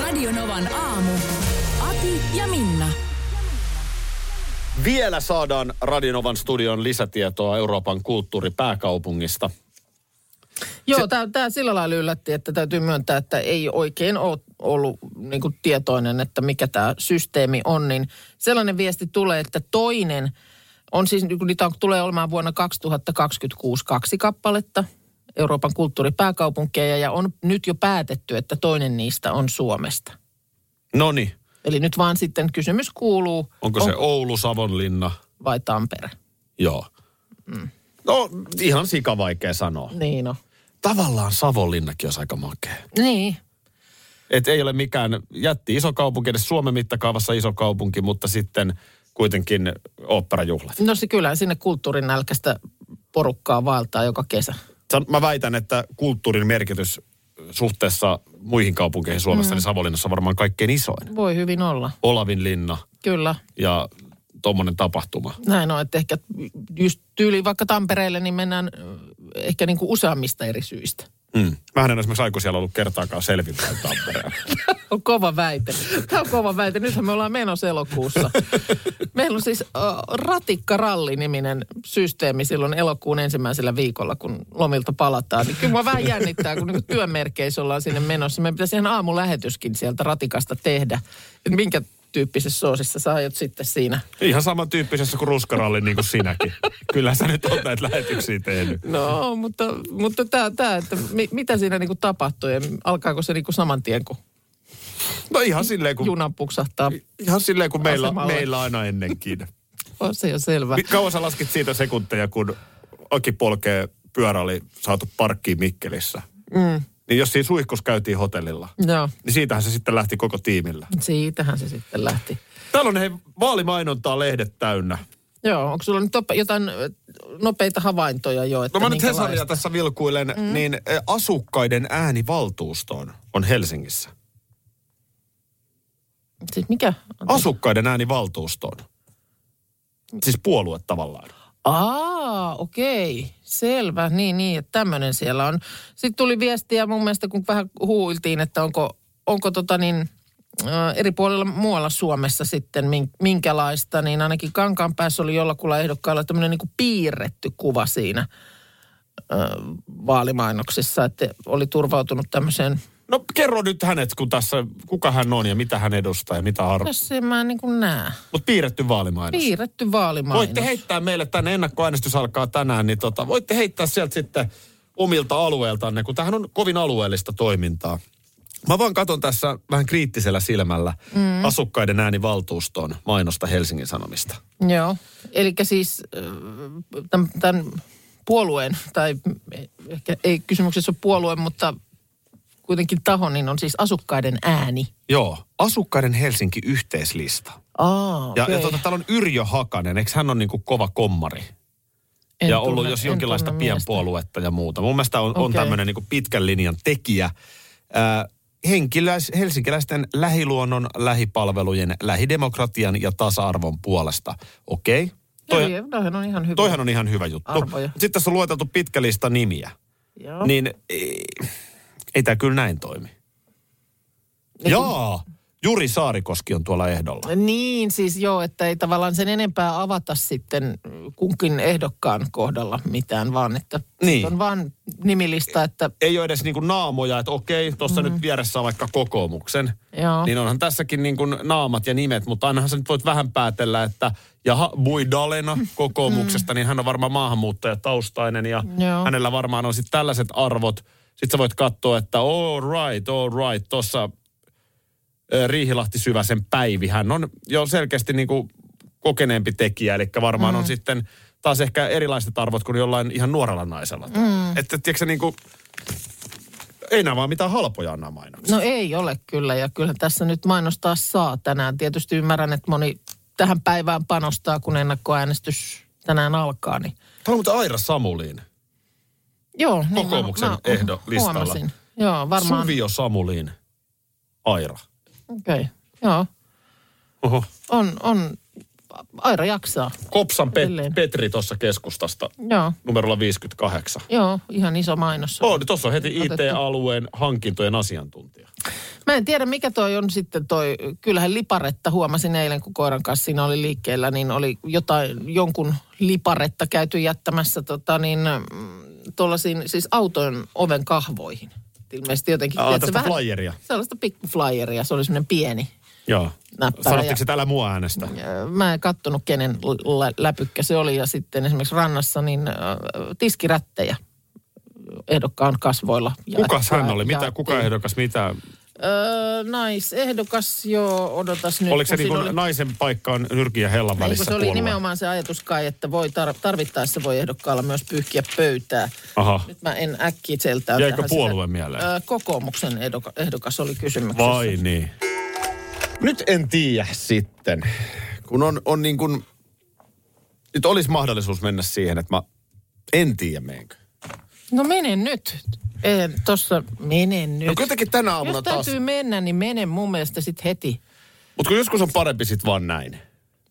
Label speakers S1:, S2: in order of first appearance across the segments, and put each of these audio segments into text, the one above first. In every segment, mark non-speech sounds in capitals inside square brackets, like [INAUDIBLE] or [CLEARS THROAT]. S1: Radionovan aamu. Ati ja Minna.
S2: Vielä saadaan Radinovan studion lisätietoa Euroopan kulttuuripääkaupungista.
S3: Joo, se... tämä sillä lailla yllätti, että täytyy myöntää, että ei oikein ole ollut niin kuin tietoinen, että mikä tämä systeemi on. Niin sellainen viesti tulee, että toinen on siis, niitä on, tulee olemaan vuonna 2026 kaksi kappaletta Euroopan kulttuuripääkaupunkeja ja on nyt jo päätetty, että toinen niistä on Suomesta.
S2: No niin,
S3: Eli nyt vaan sitten kysymys kuuluu,
S2: onko se Oulu, Savonlinna?
S3: vai Tampere?
S2: Joo. No, ihan sika vaikea sanoa.
S3: Niin no.
S2: Tavallaan Savonlinnakin olisi aika makea.
S3: Niin,
S2: Et ei ole mikään jätti iso kaupunki, edes Suomen mittakaavassa iso kaupunki, mutta sitten kuitenkin oopperajuhlat.
S3: no se kyllä sinne kulttuurin nälkästä porukkaa vaeltaa joka kesä.
S2: San- Mä väitän, että kulttuurin merkitys suhteessa muihin kaupunkeihin Suomessa, mm. niin Savonlinnassa on varmaan kaikkein isoin.
S3: Voi hyvin olla,
S2: Olavin linna
S3: kyllä.
S2: ja tuommoinen tapahtuma.
S3: Näin on, että ehkä just tyyli vaikka Tampereelle, niin mennään ö, ehkä niin kuin useammista eri syistä.
S2: Mm. Mähän en ole esimerkiksi aikuisella ollut kertaakaan selvillä Tampereella.
S3: [LAUGHS] On kova väite. Tämä on kova väite. Nythän me ollaan menossa [LAUGHS] elokuussa. Meillä on siis äh, ratikkaralli-niminen systeemi silloin elokuun ensimmäisellä viikolla, kun lomilta palataan. Niin kyllä mua vähän jännittää, kun niinku työmerkeissä ollaan sinne menossa. Meidän pitäisi ihan aamulähetyskin sieltä ratikasta tehdä. Et minkä tyyppisessä soosissa sä aiot sitten siinä?
S2: Ihan samantyyppisessä kuin ruskaralli niin kuin sinäkin. Kyllä sä nyt oot näitä lähetyksiä tehnyt.
S3: No, mutta, mutta tämä, tää, että mi, mitä siinä niinku tapahtuu ja alkaako se niinku saman tien, kun
S2: No ihan silleen kuin,
S3: junan puksahtaa?
S2: ihan silleen kuin meillä,
S3: Asemalle.
S2: meillä aina ennenkin.
S3: On se jo selvä.
S2: Mi- Kauan sä laskit siitä sekunteja, kun Aki polkee pyörä oli saatu parkkiin Mikkelissä. Mm. Niin jos siinä suihkus käytiin hotellilla,
S3: Joo,
S2: niin siitähän se sitten lähti koko
S3: Mm.
S2: tiimillä.
S3: siitähän se sitten lähti.
S2: Täällä on hei, vaalimainontaa lehdet täynnä.
S3: Joo, onko sulla nyt op- jotain ö, nopeita havaintoja jo? Että
S2: No mä nyt
S3: minkälaista?
S2: Hesaria tässä vilkuilen, mm. niin eh, asukkaiden äänivaltuustoon on Helsingissä.
S3: Siis mikä?
S2: Asukkaiden äänivaltuustoon. Siis puolue tavallaan.
S3: Aa, okei. Selvä. Niin, niin, että tämmöinen siellä on. Sitten tuli viestiä mun mielestä, kun vähän huuiltiin, että onko, onko tota niin, ö, eri puolilla muualla Suomessa sitten min- minkälaista, niin ainakin Kankaanpäässä oli jollakulla ehdokkaalla tämmöinen niin piirretty kuva siinä ö, vaalimainoksissa, että oli turvautunut tämmöiseen
S2: No kerro nyt hänet, kun tässä, kuka hän on ja mitä hän edustaa ja mitä arvo.
S3: Tässä en mä niin kuin näe.
S2: Mutta piirretty vaalimainos.
S3: Piirretty vaalimainos.
S2: Voitte heittää meille tänne, ennakkoäänestys alkaa tänään, niin tota, voitte heittää sieltä sitten omilta alueeltanne, kun tämähän on kovin alueellista toimintaa. Mä vaan katon tässä vähän kriittisellä silmällä mm. asukkaiden äänivaltuuston mainosta Helsingin Sanomista.
S3: Joo, eli siis tämän, tämän puolueen, tai ehkä ei kysymyksessä ole puolue, mutta kuitenkin taho, niin on siis asukkaiden ääni.
S2: Joo, asukkaiden Helsinki-yhteislista.
S3: Aa,
S2: Ja,
S3: okei.
S2: ja tota, täällä on Yrjö Hakanen, eikö hän on niin kuin kova kommari?
S3: En
S2: ja ollut
S3: tunne-
S2: jos
S3: en
S2: jonkinlaista
S3: tunne miestä.
S2: pienpuoluetta ja muuta. Mun mielestä on, okay. on
S3: Okei.
S2: tämmöinen niin pitkän linjan tekijä. Äh, henkilöis, helsinkiläisten lähiluonnon, lähipalvelujen, lähidemokratian ja tasa-arvon puolesta. Okei, okay.
S3: Toi,
S2: toi,
S3: Joo, toihan on ihan hyvä.
S2: toihan on ihan hyvä juttu.
S3: No niin. Arvoja.
S2: Sitten tässä on lueteltu pitkä lista nimiä.
S3: Joo.
S2: Niin ei, ei tämä kyllä näin toimi. Jaa, Juri Saarikoski on tuolla ehdolla.
S3: Niin, siis joo, että ei tavallaan sen enempää avata sitten kunkin ehdokkaan kohdalla mitään, vaan että
S2: Niin.
S3: sit on vaan nimilista, että
S2: ei ole edes niinku naamoja, että okei, tuossa mm. nyt vieressä on vaikka kokoomuksen.
S3: Joo.
S2: Niin onhan tässäkin niinku naamat ja nimet, mutta ainahan sä nyt voit vähän päätellä, että jaha, Buidalena kokoomuksesta, mm. niin hän on varmaan maahanmuuttajataustainen ja
S3: Joo.
S2: hänellä varmaan on sitten tällaiset arvot. Sitten sä voit katsoa, että all right, all right, tuossa Riihilahti Syväsen Päivi, hän on jo selkeästi niinku kokeneempi tekijä, eli varmaan mm. on sitten taas ehkä erilaiset arvot kuin jollain ihan nuorella naisella. Mm. Että tiedätkö niin kuin, ei nämä vaan mitään halpoja anna mainoksia.
S3: No ei ole kyllä ja kyllähän tässä nyt mainostaa saa tänään. Tietysti ymmärrän, että moni tähän päivään panostaa, kun ennakkoäänestys tänään alkaa. Niin.
S2: Tämä on muuten Aira Samulin.
S3: Joo, niin mä-
S2: Kokoomuksen ehdo listalla.
S3: huomasin. Joo, varmaan.
S2: Suvio Samulin. Aira.
S3: Okei, okay. joo.
S2: Oho.
S3: On, on. Aira jaksaa.
S2: Kopsan
S3: Edelleen.
S2: Pet- Petri tuossa keskustasta
S3: Joo,
S2: numerolla 58.
S3: joo, ihan iso mainos.
S2: Oh, niin tuossa on heti
S3: Otettu.
S2: IT-alueen hankintojen asiantuntija.
S3: Mä en tiedä, mikä toi on sitten toi, kyllähän liparetta huomasin eilen, kun koiran kanssa siinä oli liikkeellä, niin oli jotain, jonkun liparetta käyty jättämässä tota niin, tuollaisiin, siis auton oven kahvoihin. Ilmeisesti jotenkin.
S2: Aa,
S3: tiedätkö,
S2: tästä flyeria.
S3: Sellaista pikkuflyeria, se oli semmoinen pieni.
S2: Joo.
S3: Näppärä ja-
S2: Sanottiinko, että älä mua äänestä?
S3: Ö, Mä en kattonut, kenen lä- läpykkä se oli ja sitten esimerkiksi rannassa niin ö, tiskirättejä ehdokkaan kasvoilla.
S2: Kukas hän oli?
S3: jaettiin.
S2: Mitä, kuka ehdokas? Mitä?
S3: Öö, naisehdokas, joo, odotas nyt.
S2: Oliko se
S3: kun
S2: niin
S3: siinä
S2: oli... naisen paikka on nyrkin ja hellan
S3: Ei, kun
S2: välissä
S3: se oli
S2: puolue?
S3: nimenomaan se ajatus kai, että voi tar- tarvittaessa voi ehdokkaalla myös pyyhkiä pöytää.
S2: Aha.
S3: Nyt mä en äkkiseltään.
S2: Jäikö
S3: tähän
S2: puolue
S3: sitä-
S2: mieleen?
S3: Öö, kokoomuksen ehdoka- ehdokas oli kysymyksessä.
S2: Vai niin. Nyt en tiedä sitten, kun on, on niin kuin, nyt olisi mahdollisuus mennä siihen, että mä en tiedä menenkö.
S3: No mene nyt. En, tossa, mene nyt.
S2: No kuitenkin tänä aamuna
S3: Jos
S2: taas,
S3: täytyy mennä, niin mene mun mielestä sit heti.
S2: mutta kun joskus on parempi sit vaan näin,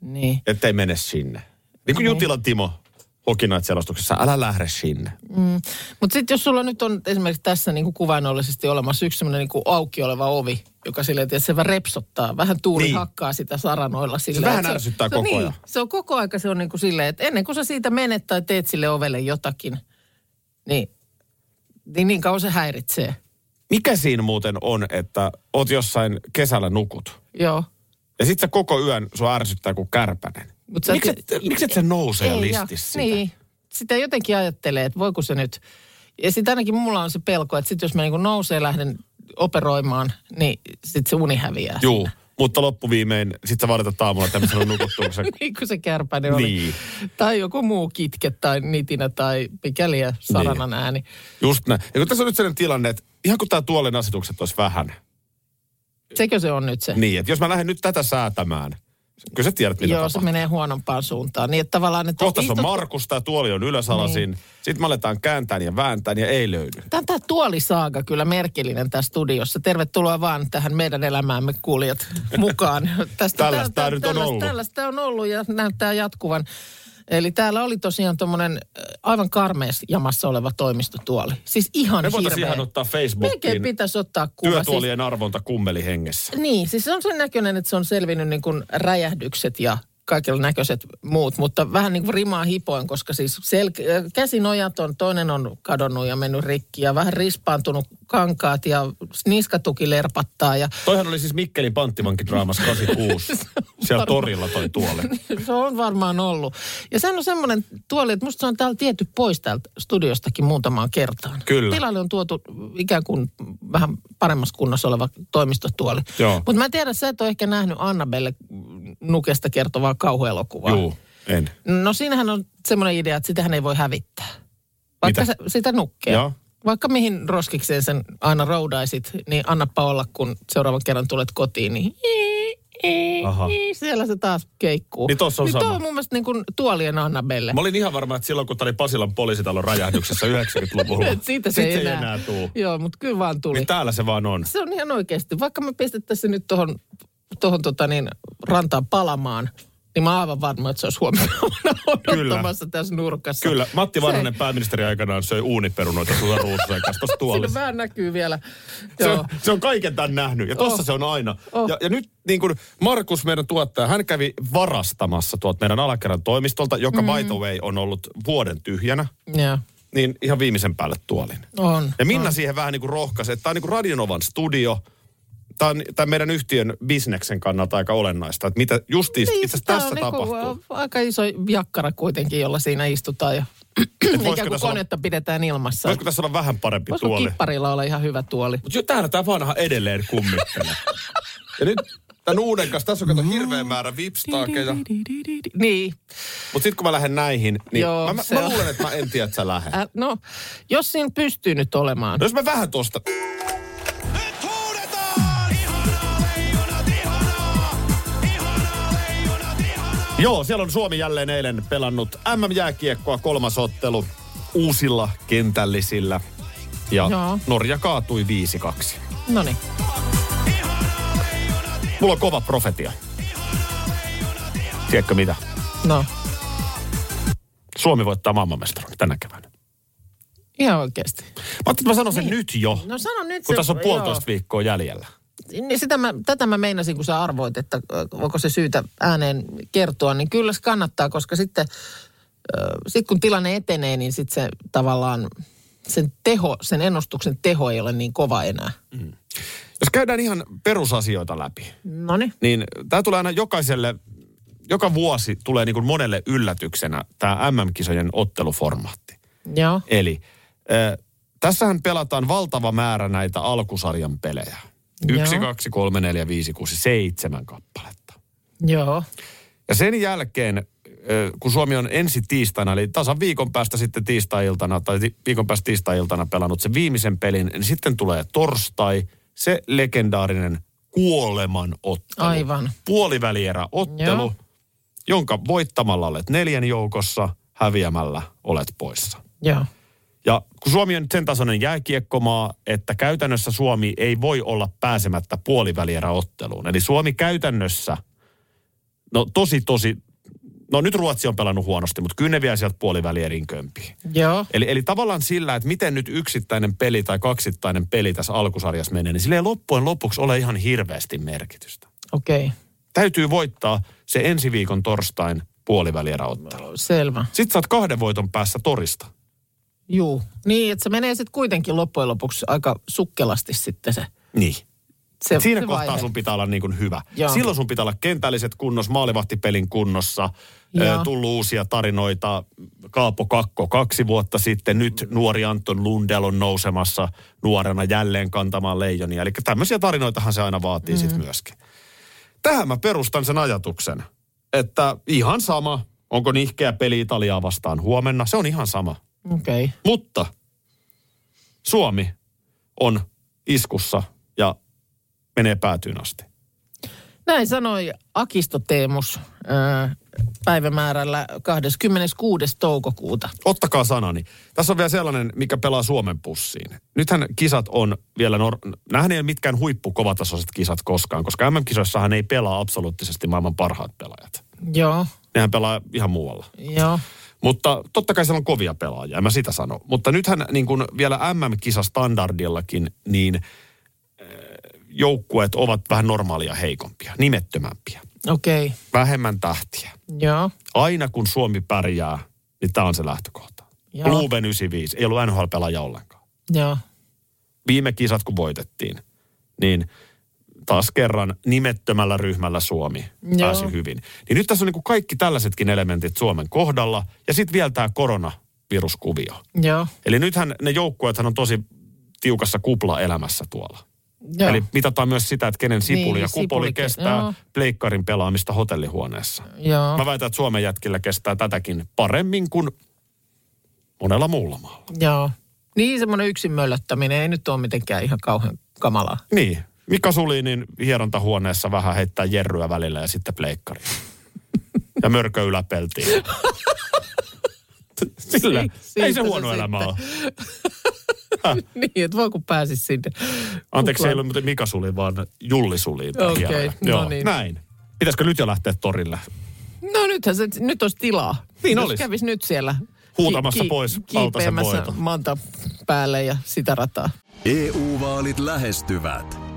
S3: Niin.
S2: ettei mene sinne. Niin kuin Jutila Timo Hokinait selostuksessa, älä lähde sinne.
S3: Mutta sitten jos sulla nyt on esimerkiksi tässä niinku kuvainnollisesti olemassa yksi semmoinen niinku auki oleva ovi, joka silleen tietysti se vähän repsottaa, vähän tuuli niin.
S2: Niin.
S3: hakkaa sitä saranoilla. Silleen,
S2: vähän
S3: että
S2: ärsyttää
S3: se on,
S2: koko ajan.
S3: Niin, se on koko aika se on niinku silleen, että ennen kuin sä siitä menet tai teet sille ovelle jotakin, niin niin, niin kauan se häiritsee.
S2: Mikä siinä muuten on, että oot jossain kesällä nukut?
S3: Joo.
S2: Ja sit sä koko yön sua ärsyttää kuin kärpänen.
S3: Mut sä
S2: Miksi
S3: tiedät-
S2: et, miks et sä nousee
S3: Ei, ja-
S2: lististä sitä?
S3: Niin. Sitä jotenkin ajattelee, että voiko se nyt. Ja sitten ainakin mulla on se pelko, että sit jos mä niinku nousee lähden operoimaan, niin sitten se uni häviää.
S2: Juu, mutta loppuviimein sit sä valitat aamulla, että missä on nukuttu,
S3: [LAUGHS]
S2: kun sä...
S3: [LAUGHS] niin kuin se kärpäinen oli.
S2: Niin.
S3: Tai joku muu kitke tai nitinä tai mikäli ja saranan niin. ääni.
S2: Just näin. Ja kun tässä on nyt sellainen tilanne, että ihan kun tää tuolin asetukset olisi vähän.
S3: Sekö se on nyt se?
S2: Niin, että jos mä lähden nyt tätä säätämään, kyllä sä tiedät, mitä
S3: Joo,
S2: tapahtuu.
S3: se menee huonompaan suuntaan. Niin, että tavallaan, että
S2: Kohta se on
S3: istut-
S2: Markus, tämä tuoli on ylösalasin. Niin. Sitten me aletaan kääntään ja vääntään ja ei löydy.
S3: Tämä on tämä tuolisaaga kyllä merkillinen tässä studiossa. Tervetuloa vaan tähän meidän elämäämme kuulijat
S2: [LAUGHS]
S3: mukaan. Tästä,
S2: Tällaista tää nyt on
S3: tällaista-
S2: ollut.
S3: Tällaista on ollut ja näyttää jatkuvan. Eli täällä oli tosiaan tuommoinen aivan karmeessa jamassa oleva toimistotuoli. Siis ihan
S2: Me voitaisiin
S3: hirveä.
S2: ihan ottaa
S3: Melkein
S2: Facebookiin
S3: pitäisi ottaa kuva. Siis
S2: työtuolien arvonta kummeli hengessä.
S3: Niin, siis se on sen näköinen, että se on selvinnyt niin kuin räjähdykset ja kaikilla näköiset muut, mutta vähän niin kuin rimaa hipoin, koska siis sel- äh, käsinojat on, toinen on kadonnut ja mennyt rikki ja vähän rispaantunut kankaat ja niskatuki lerpattaa ja [LAUGHS]
S2: Toihan oli siis Mikkelin panttivankidraamassa 86. Siellä torilla toi
S3: [LAUGHS]
S2: tuoli.
S3: se on varmaan ollut. Ja sehän on semmoinen tuoli, että musta se on täällä tietty pois täältä studiostakin muutamaan kertaan.
S2: Kyllä.
S3: Tilalle on tuotu ikään kuin vähän paremmassa kunnossa oleva toimistotuoli.
S2: Joo.
S3: Mutta mä tiedän, sä et ole ehkä nähnyt Annabelle nukesta kertovaa kauhuelokuvaa.
S2: Juu, en.
S3: No siinähän on semmoinen idea, että sitähän ei voi hävittää. Vaikka
S2: Mitä?
S3: Sä, sitä nukkea.
S2: Joo.
S3: Vaikka mihin roskikseen sen aina roudaisit, niin annappa olla, kun seuraavan kerran tulet kotiin, niin
S2: Aha.
S3: siellä se taas keikkuu.
S2: Niin tossa on
S3: niin toi
S2: sama.
S3: on mun mielestä niin kuin tuolien Annabelle.
S2: Mä olin ihan varma, että silloin kun tämä oli Pasilan poliisitalon
S3: [LAUGHS]
S2: räjähdyksessä 90-luvulla.
S3: Et Siitä se
S2: sit
S3: ei
S2: se ei
S3: enää,
S2: enää tuu.
S3: Joo, mutta kyllä vaan tuli.
S2: Niin täällä se vaan on.
S3: Se on ihan oikeasti. Vaikka me pistettäisiin se nyt tuohon tohon tota niin, rantaan palamaan, niin mä oon aivan varma, että se olisi huomenna [LAUGHS] odottamassa tässä nurkassa.
S2: Kyllä, Matti
S3: Se-
S2: Vanhanen pääministeri aikanaan söi uuniperunoita tuolla ruususen kanssa tuossa
S3: Siinä
S2: tuolissa.
S3: vähän näkyy vielä.
S2: Se
S3: Joo.
S2: on, se on kaiken tämän nähnyt ja tossa
S3: Oh.
S2: se on aina.
S3: Oh.
S2: Ja, ja nyt niin kuin Markus, meidän tuottaja, hän kävi varastamassa tuolta meidän alakerran toimistolta, joka mm. by the way on ollut vuoden tyhjänä,
S3: Joo.
S2: niin ihan viimeisen päälle tuolin.
S3: On.
S2: Ja Minna siihen vähän niin kuin rohkaisi, että tämä on niin kuin Radionovan studio. Tämä on tämän meidän yhtiön bisneksen kannalta aika olennaista, että mitä just itse
S3: Niin,
S2: asiassa
S3: tää on
S2: tässä
S3: niinku,
S2: tapahtuu.
S3: äh, aika iso jakkara kuitenkin, jolla siinä istutaan ja [CLEARS THROAT] ikään
S2: voisiko
S3: kuin
S2: tässä olla-
S3: konetta pidetään ilmassa.
S2: Voisiko tässä olla vähän parempi
S3: Voisiko
S2: tuoli?
S3: kipparilla olla ihan hyvä tuoli?
S2: Mutta täällä tämä vanha edelleen kummittelee. [LAUGHS] ja nyt Tämän uuden kanssa, tässä on kato hirveä määrä vipstaakeja.
S3: Niin.
S2: Mutta sitten kun mä lähden näihin, niin
S3: Joo,
S2: Joo, mä,
S3: se
S2: mä,
S3: on.
S2: luulen, että mä en tiedä, että sä lähet.
S3: Äh, no, jos siinä pystyy nyt olemaan.
S2: No jos mä vähän tosta...
S4: Nyt huudetaan! Ihanaa leijonat, ihanaa! Ihanaa leijonat, ihanaa!
S2: Joo, siellä on Suomi jälleen eilen pelannut MM-jääkiekkoa kolmas ottelu uusilla kentällisillä. Ja
S3: Joo.
S2: Joo. Norja kaatui 5-2.
S3: No niin.
S2: Mulla on kova profetia. Tiedätkö mitä?
S3: No,
S2: Suomi voittaa maailmanmestaruuden tänä keväänä. Mä
S3: ihan oikeasti.
S2: ajattelin, että mä sanon sen niin. nyt jo,
S3: No sano nyt
S2: kun
S3: se-
S2: tässä on puolitoista
S3: joo.
S2: viikkoa jäljellä.
S3: Niin sitä mä, tätä mä meinasin, kun sä arvoit, että ö, onko se syytä ääneen kertoa, niin kyllä se kannattaa, koska sitten ö, sit kun tilanne etenee, niin sitten se tavallaan sen teho, sen ennustuksen teho ei ole niin kova enää.
S2: Jos käydään ihan perusasioita läpi,
S3: No niin.
S2: niin tämä tulee aina jokaiselle, joka vuosi tulee niin kuin monelle yllätyksenä tämä MM-kisojen otteluformaatti.
S3: Joo.
S2: Eli äh, tässähän pelataan valtava määrä näitä alkusarjan pelejä. Yksi,
S3: Joo.
S2: kaksi, kolme, neljä, viisi, kuusi, seitsemän kappaletta.
S3: Joo.
S2: Ja sen jälkeen, ö, kun Suomi on ensi tiistaina, eli tasan viikon päästä sitten tiistai-iltana, tai ti- viikon päästä tiistai-iltana pelannut sen viimeisen pelin, niin sitten tulee torstai, se legendaarinen kuoleman ottelu.
S3: Aivan.
S2: Puolivälierä ottelu,
S3: Joo.
S2: jonka voittamalla olet neljän joukossa, häviämällä olet poissa.
S3: Joo.
S2: Ja kun Suomi on nyt sen tasoinen jääkiekkomaa, että käytännössä Suomi ei voi olla pääsemättä puolivälieräotteluun. Eli Suomi käytännössä, no tosi tosi, no nyt Ruotsi on pelannut huonosti, mutta kyllä ne vielä sieltä puolivälierin kömpiin.
S3: Joo.
S2: Eli, eli tavallaan sillä, että miten nyt yksittäinen peli tai kaksittainen peli tässä alkusarjassa menee, niin sillä ei loppujen lopuksi ole ihan hirveästi merkitystä.
S3: Okei. Okay.
S2: Täytyy voittaa se ensi viikon torstain puolivälieräottelu.
S3: Selvä.
S2: Sitten sä oot kahden voiton päässä torista.
S3: Juu. Niin, että se menee sitten kuitenkin loppujen lopuksi aika sukkelasti sitten se.
S2: Niin.
S3: se
S2: Siinä
S3: se
S2: kohtaa
S3: vaihe.
S2: sun pitää olla niin kuin hyvä.
S3: Joo.
S2: Joo. Silloin sun pitää olla kentälliset kunnossa, maalivahtipelin kunnossa,
S3: Joo.
S2: ö, tullut uusia tarinoita. Kaapo Kakko kaksi vuotta sitten, nyt nuori Anton Lundell on nousemassa nuorena jälleen kantamaan leijonia. Eli tämmöisiä tarinoitahan se aina vaatii mm. sitten myöskin. Tähän mä perustan sen ajatuksen, että ihan sama, onko nihkeä peli Italiaa vastaan huomenna, se on ihan sama.
S3: Okei. Okay.
S2: Mutta Suomi on iskussa ja menee päätyyn asti.
S3: Näin sanoi Akisto Teemus ö, päivämäärällä 26. toukokuuta.
S2: Ottakaa sanani. Tässä on vielä sellainen, mikä pelaa Suomen pussiin. Nythän kisat on vielä, nor- nämähän ei ole mitkään huippukovatasoiset kisat koskaan, koska MM-kisoissahan ei pelaa absoluuttisesti maailman parhaat pelaajat.
S3: Joo,
S2: Nehän pelaa ihan muualla.
S3: joo,
S2: Mutta totta kai siellä on kovia pelaajia, en mä sitä sano. Mutta nythän niin kuin vielä MM-kisastandardillakin, niin eh, joukkueet ovat vähän normaalia heikompia, nimettömämpiä,
S3: okei, okay.
S2: vähemmän tähtiä.
S3: joo,
S2: Aina kun Suomi pärjää, niin tämä on se lähtökohta.
S3: Joo.
S2: Luven 95, ei ollut NHL-pelaaja ollenkaan.
S3: joo,
S2: Viime kisat kun voitettiin, niin taas kerran nimettömällä ryhmällä Suomi
S3: Joo.
S2: pääsi hyvin. Niin nyt tässä on niin kuin kaikki tällaisetkin elementit Suomen kohdalla. Ja sitten vielä tämä koronaviruskuvio.
S3: joo,
S2: Eli nythän ne joukkueethan on tosi tiukassa kuplaelämässä tuolla.
S3: joo.
S2: Joo. Eli mitataan myös sitä, että kenen sipuli
S3: Niin,
S2: ja kupoli
S3: sipuli-
S2: kestää
S3: joo.
S2: pleikkarin pelaamista hotellihuoneessa.
S3: joo,
S2: Mä väitän, että Suomen jätkillä kestää tätäkin paremmin kuin monella muulla maalla.
S3: joo. Niin semmoinen yksin möllöttäminen ei nyt ole mitenkään ihan kauhean kamalaa. [LAUGHS]
S2: Niin. Mika Sulinin hierontahuoneessa vähän heittää jerryä välillä ja sitten
S3: [LAUGHS]
S2: pleikkari. Ja mörkö yläpeltiin. Sillä,
S3: Si- siitä
S2: ei
S3: se
S2: se huono
S3: sitten.
S2: elämä ole.
S3: niin, että voi kun pääsis sinne.
S2: Anteeksi,
S3: kuplaan.
S2: ei ollut muuten Mika Suli, vaan Julli Suli. tää
S3: Okei,
S2: hierona.
S3: no
S2: Joo,
S3: niin.
S2: Näin. Pitäisikö nyt jo lähteä torille?
S3: No nythän se, nyt olisi tilaa.
S2: Niin
S3: Jos
S2: olisi.
S3: kävis nyt siellä.
S2: Huutamassa pois Valtasen
S3: kiipeämässä
S2: voiton.
S3: manta päälle ja sitä rataa.
S5: EU-vaalit E lähestyvät.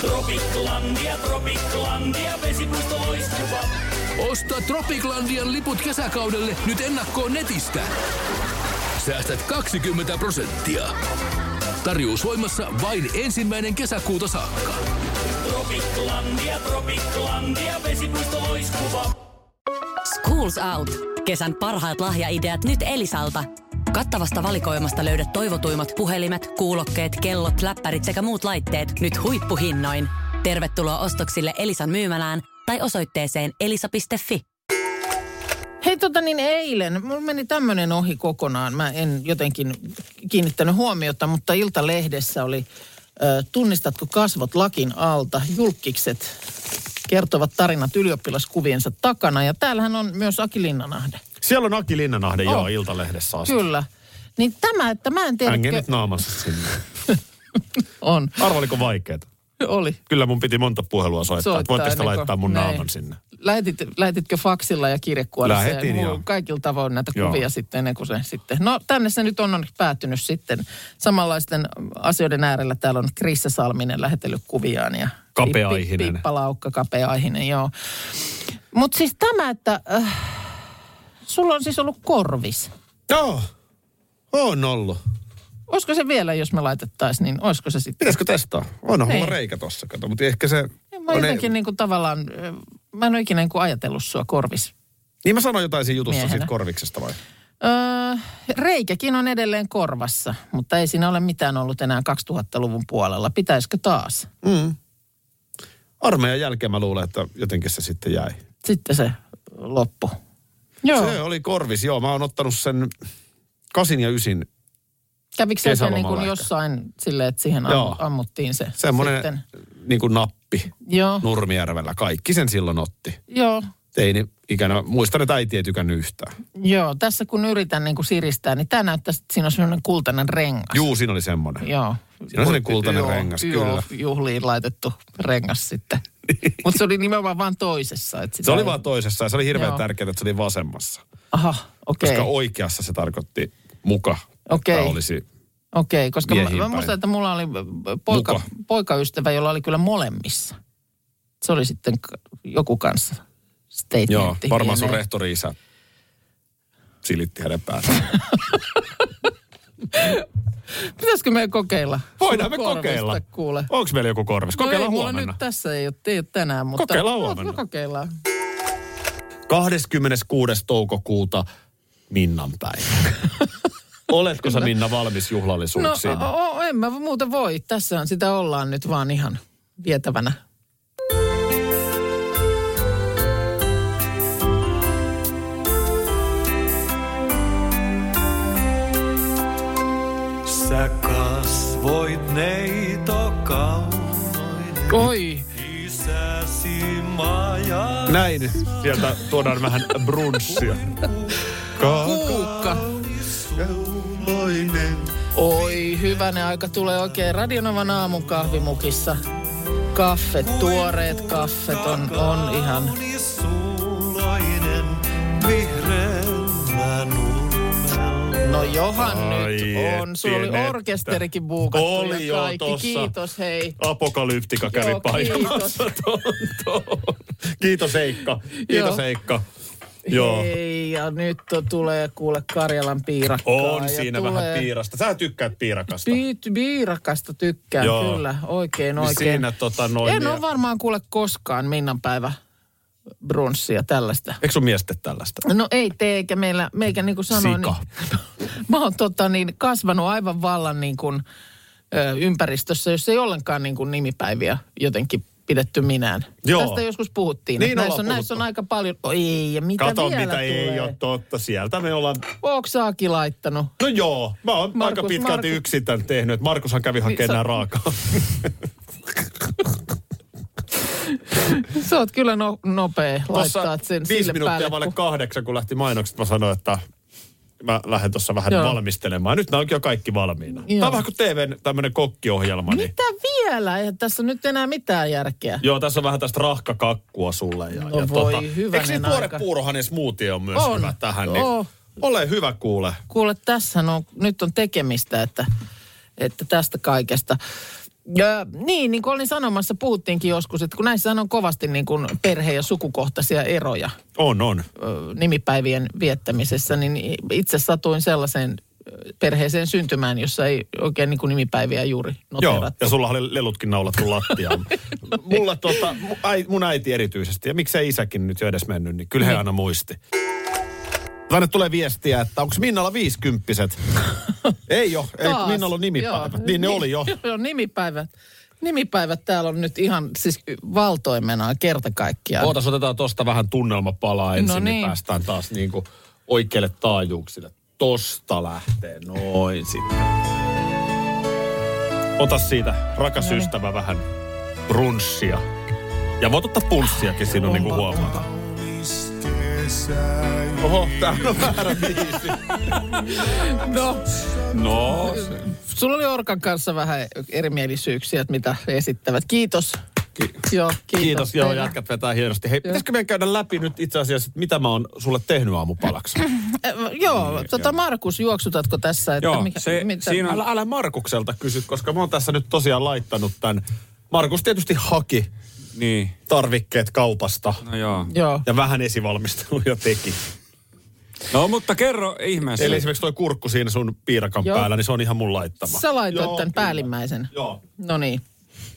S4: Tropiklandia, Tropiklandia, vesipuisto loistuva.
S6: Osta Tropiklandian liput kesäkaudelle nyt ennakkoon netistä. Säästät 20 prosenttia. Tarjous voimassa vain ensimmäinen kesäkuuta saakka.
S7: Tropiklandia, Tropiklandia, vesipuisto loiskuva.
S8: Schools Out. Kesän parhaat lahjaideat nyt Elisalta. Kattavasta valikoimasta löydät toivotuimmat puhelimet, kuulokkeet, kellot, läppärit sekä muut laitteet nyt huippuhinnoin. Tervetuloa ostoksille Elisan myymälään tai osoitteeseen elisa.fi.
S3: Hei tota niin eilen, mulla meni tämmöinen ohi kokonaan. Mä en jotenkin kiinnittänyt huomiota, mutta Iltalehdessä oli ö, Tunnistatko kasvot lakin alta? Julkikset kertovat tarinat ylioppilaskuviensa takana. Ja täällähän on myös Aki Linnanahde.
S2: Siellä on Aki Linnanahde,
S3: Oh.
S2: joo, Iltalehdessä asti.
S3: Kyllä. Niin tämä, että mä en tiedä...
S2: Hänkin
S3: ke-
S2: nyt naamansa sinne.
S3: on,
S2: Arvo, oliko vaikeeta?
S3: oli.
S2: Kyllä mun piti monta puhelua soittaa, soittaa
S3: Soittaa
S2: että voitte sitä
S3: ennen
S2: laittaa mun
S3: kuin- Niin. Näin.
S2: naaman sinne.
S3: Lähetit, lähetitkö faksilla ja kirjekuoressa?
S2: Lähetin,
S3: ja muu-
S2: joo.
S3: Kaikilla tavoin näitä
S2: Joo.
S3: kuvia sitten ennen kuin se sitten. No tänne se nyt on, on päätynyt sitten. Samanlaisten asioiden äärellä täällä on Krissa Salminen lähetellyt kuviaan. Ja
S2: Kapea
S3: Pi- pi-
S2: Aihinen.
S3: Piippalaukka, kapeaihinen, joo. Mutta siis tämä, että äh, sulla on siis ollut korvis.
S2: Joo, on ollut.
S3: Olisiko se vielä, jos me laitettaisiin, niin olisiko se sitten?
S2: Pitäisikö testaa? Onhan
S3: Niin.
S2: mulla reikä tossa, kato, mutta ehkä se...
S3: En Mä
S2: on
S3: jotenkin niin kuin tavallaan, äh, mä en ole ikinä niin kuin ajatellut sua korvis
S2: Niin mä sanoin jotain siinä jutussa
S3: Miehenä.
S2: siitä korviksesta vai?
S3: Öö, reikäkin on edelleen korvassa, mutta ei siinä ole mitään ollut enää 2000-luvun puolella. Pitäisikö taas?
S2: Mm. Armeijan jälkeen mä luulen, että jotenkin se sitten jäi.
S3: Sitten se loppu. Joo.
S2: Se oli korvis, joo. Mä oon ottanut sen kasin ja ysin.
S3: Kävikö se sen
S2: kesälomalla
S3: niin kuin
S2: ehkä.
S3: jossain silleen, että siihen
S2: Joo.
S3: am, ammuttiin se
S2: Semmoinen
S3: sitten?
S2: niin kuin nappi
S3: Joo, no.
S2: Nurmijärvellä. Kaikki sen silloin otti.
S3: joo,
S2: Teini ikänä. Muistan, että äiti ei tykännyt yhtään.
S3: joo. Tässä kun yritän niin kuin siristää, niin tämä näyttää, että siinä on semmoinen kultainen rengas.
S2: Juu, siinä oli semmoinen.
S3: Joo.
S2: Siinä on semmoinen kultainen
S3: Joo,
S2: rengas,
S3: joo,
S2: kyllä.
S3: juhliin laitettu
S2: [LAUGHS]
S3: rengas sitten. Mutta se oli nimenomaan vaan toisessa. Että sitä
S2: Se oli
S3: ei-
S2: vaan toisessa ja se oli hirveän
S3: Joo.
S2: tärkeää, että se oli vasemmassa.
S3: Aha, okei.
S2: Koska oikeassa se tarkoitti muka.
S3: Okei.
S2: Tämä olisi
S3: Okei, koska mä,
S2: miehiin
S3: mä
S2: päin.
S3: muistan, että mulla oli poika,
S2: Muka.
S3: poikaystävä, jolla oli kyllä molemmissa. Se oli sitten k- joku kanssa statementti. Niin,
S2: Joo, varmaan sun
S3: lienee.
S2: rehtori-isä silitti hänen päätään.
S3: niin. Pitäisikö meidän kokeilla?
S2: Voidaan me
S3: Sulla korvista
S2: kokeilla.
S3: Kuule.
S2: Onko meillä joku korvis? Kokeillaan
S3: no ei, Mulla
S2: huomenna.
S3: nyt tässä ei ole, ei ole tänään, mutta...
S2: Kokeillaan
S3: No,
S2: huomenna.
S3: No, kokeillaan.
S2: 26. toukokuuta Minnan [LAUGHS] päivä. Oletko sä Minna valmis
S3: No,
S2: juhlallisuuksiin?
S3: o, o, en mä muuta voi. Tässähän sitä ollaan nyt vaan ihan vietävänä.
S4: Sä kasvoit neito kaunoinen,
S3: Oi,
S4: isäsi
S3: oh.
S4: maja.
S2: Näin. Sieltä tuodaan vähän brunssia.
S3: kuukka.
S4: Kuuloinen.
S3: Oi, hyvänä aika tulee oikein Radionovan aamukahvimukissa. Kaffet, tuoreet kaffet on, on ihan...
S4: Suloinen vihreällä nurmella.
S3: No johan
S2: Ai
S3: nyt on. Sulla oli
S2: etinen,
S3: orkesterikin buukattu
S2: Oli
S3: ja
S2: joo
S3: kaikki.
S2: tossa.
S3: Kiitos hei.
S2: Apokalyptika kävi
S3: Joo,
S2: painamassa tontoon. Kiitos Heikka. Kiitos
S3: Joo.
S2: Heikka. Joo.
S3: Hei, ja nyt to, tulee kuule Karjalan piirakkaa.
S2: On
S3: ja
S2: siinä
S3: tulee...
S2: vähän piirasta. Sä tykkäät piirakasta.
S3: Piit- Piirakasta tykkään,
S2: Joo.
S3: Joo. kyllä, oikein
S2: Niin
S3: oikein.
S2: Siinä tota noin.
S3: en
S2: ja-
S3: ole varmaan kuule koskaan Minnan päivä brunssia tällaista.
S2: Eikö sun mies tee tällaista?
S3: No ei tee, eikä meillä, meikä niin kuin sanoin,
S2: Sika.
S3: niin, [LAUGHS] mä oon tota, niin, kasvanut aivan vallan niin kuin, ö, ympäristössä, jossa ei ollenkaan niin kuin nimipäiviä jotenkin pidetty minään.
S2: Joo.
S3: Tästä joskus puhuttiin.
S2: Niin
S3: että näissä,
S2: ollaan
S3: on, näissä on
S2: puhuttu.
S3: aika paljon, No ei, ja mitä
S2: Kato,
S3: vielä
S2: mitä
S3: tulee?
S2: ei ole totta. Sieltä me ollaan...
S3: Ootko saakin laittanut?
S2: No joo, mä oon
S3: Markus,
S2: aika pitkälti
S3: Markus.
S2: yksin tämän tehnyt. että Markushan kävi hakemaan
S3: Niin, sä-
S2: nämä raakaa.
S3: Sä oot kyllä no, nopea laittaa
S2: Tuossa
S3: sen
S2: viisi
S3: sille
S2: minuuttia
S3: päälle.
S2: vaille
S3: kun-
S2: kahdeksan, kun lähti mainokset, mä sanoin, että mä lähden tuossa vähän
S3: Joo.
S2: valmistelemaan. Nyt nämä onkin jo kaikki valmiina.
S3: Joo.
S2: Tämä on vähän kuin TVn tämmöinen kokkiohjelma. Niin.
S3: Mitä vielä? Eihän tässä nyt enää mitään järkeä.
S2: Joo, tässä on vähän tästä rahkakakkua sulle. Ja,
S3: No
S2: ja
S3: voi
S2: Eikö
S3: hyvänen
S2: niin tuore
S3: aika.
S2: puurohan ja smoothie on myös
S3: On.
S2: hyvä tähän?
S3: Joo.
S2: Niin ole hyvä kuule.
S3: kuule, tässä on, nyt on tekemistä, että, että tästä kaikesta. Ja, niin, niin kuin olin sanomassa, puhuttiinkin joskus, että kun näissä on kovasti niin kuin perhe- ja sukukohtaisia eroja
S2: On, on.
S3: ö, nimipäivien viettämisessä, niin itse satuin sellaiseen ö, perheeseen syntymään, jossa ei oikein niin kuin nimipäiviä juuri
S2: Joo,
S3: noteerattu.
S2: ja sulla oli lelutkin naulattu lattiaan. [LAUGHS] Mulla tota, mu- ai- mun äiti erityisesti, ja miksei isäkin nyt jo edes mennyt, niin kyllä he aina muisti. Tänne tulee viestiä, että onko Minnalla [LAUGHS] viisikymppiset? ei ole, ei, kun
S3: Taas.
S2: Minnalla on nimipäivät.
S3: Joo.
S2: Niin ne
S3: Ni-
S2: oli jo.
S3: [LAUGHS] Joo, nimipäivät. Nimipäivät täällä on nyt ihan siis valtoimenaan kerta kaikkiaan.
S2: Ootas, otetaan tosta vähän tunnelmapalaa ensin,
S3: No
S2: niin.
S3: niin.
S2: päästään taas niinku oikeille taajuuksille. Tosta lähtee, noin sitten. Ota siitä, rakas Noniin. ystävä, vähän brunssia. Ja voit ottaa punssiakin sinun, niin kuin
S3: tota.
S2: huomata. Oho, tää on väärä biisi.
S3: [LAUGHS] No,
S2: No, se-
S3: sulla oli Orkan kanssa vähän erimielisyyksiä, että mitä he esittävät. Kiitos. Ki- joo, kiitos.
S2: kiitos. Joo,
S3: teille.
S2: jätkät vetää hienosti. Hei, pitäisikö meidän käydä läpi nyt itse asiassa, että mitä mä oon sulle tehnyt
S3: [CLEARS THROAT]
S2: aamupalaksi?
S3: Äh, joo, tota Markus, juoksutatko tässä? Että
S2: Niin, Joo,
S3: mikä,
S2: se,
S3: mitä-
S2: siinä... älä, älä Markukselta kysy, koska mä oon tässä nyt tosiaan laittanut tämän. Markus tietysti haki
S9: Niin,
S2: tarvikkeet kaupasta
S9: no joo.
S3: Joo.
S2: ja vähän esivalmisteluja teki.
S9: No mutta kerro ihmeessä.
S2: Eli esimerkiksi toi kurkku siinä sun piirakan
S3: Joo.
S2: päällä, niin se on ihan mun laittama.
S3: Sä laitoit
S2: Joo,
S3: tämän
S2: kyllä.
S3: päällimmäisen.
S2: Joo.
S3: No niin.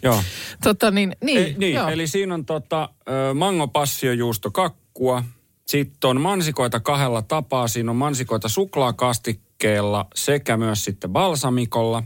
S9: Joo.
S3: Tota niin, niin,
S2: Eh,
S9: E, niin,
S3: joo.
S9: eli siinä on tota, ö, mango passiojuusto kakkua, sitten on mansikoita kahdella tapaa, siinä on mansikoita suklaakastikkeella sekä myös sitten balsamikolla.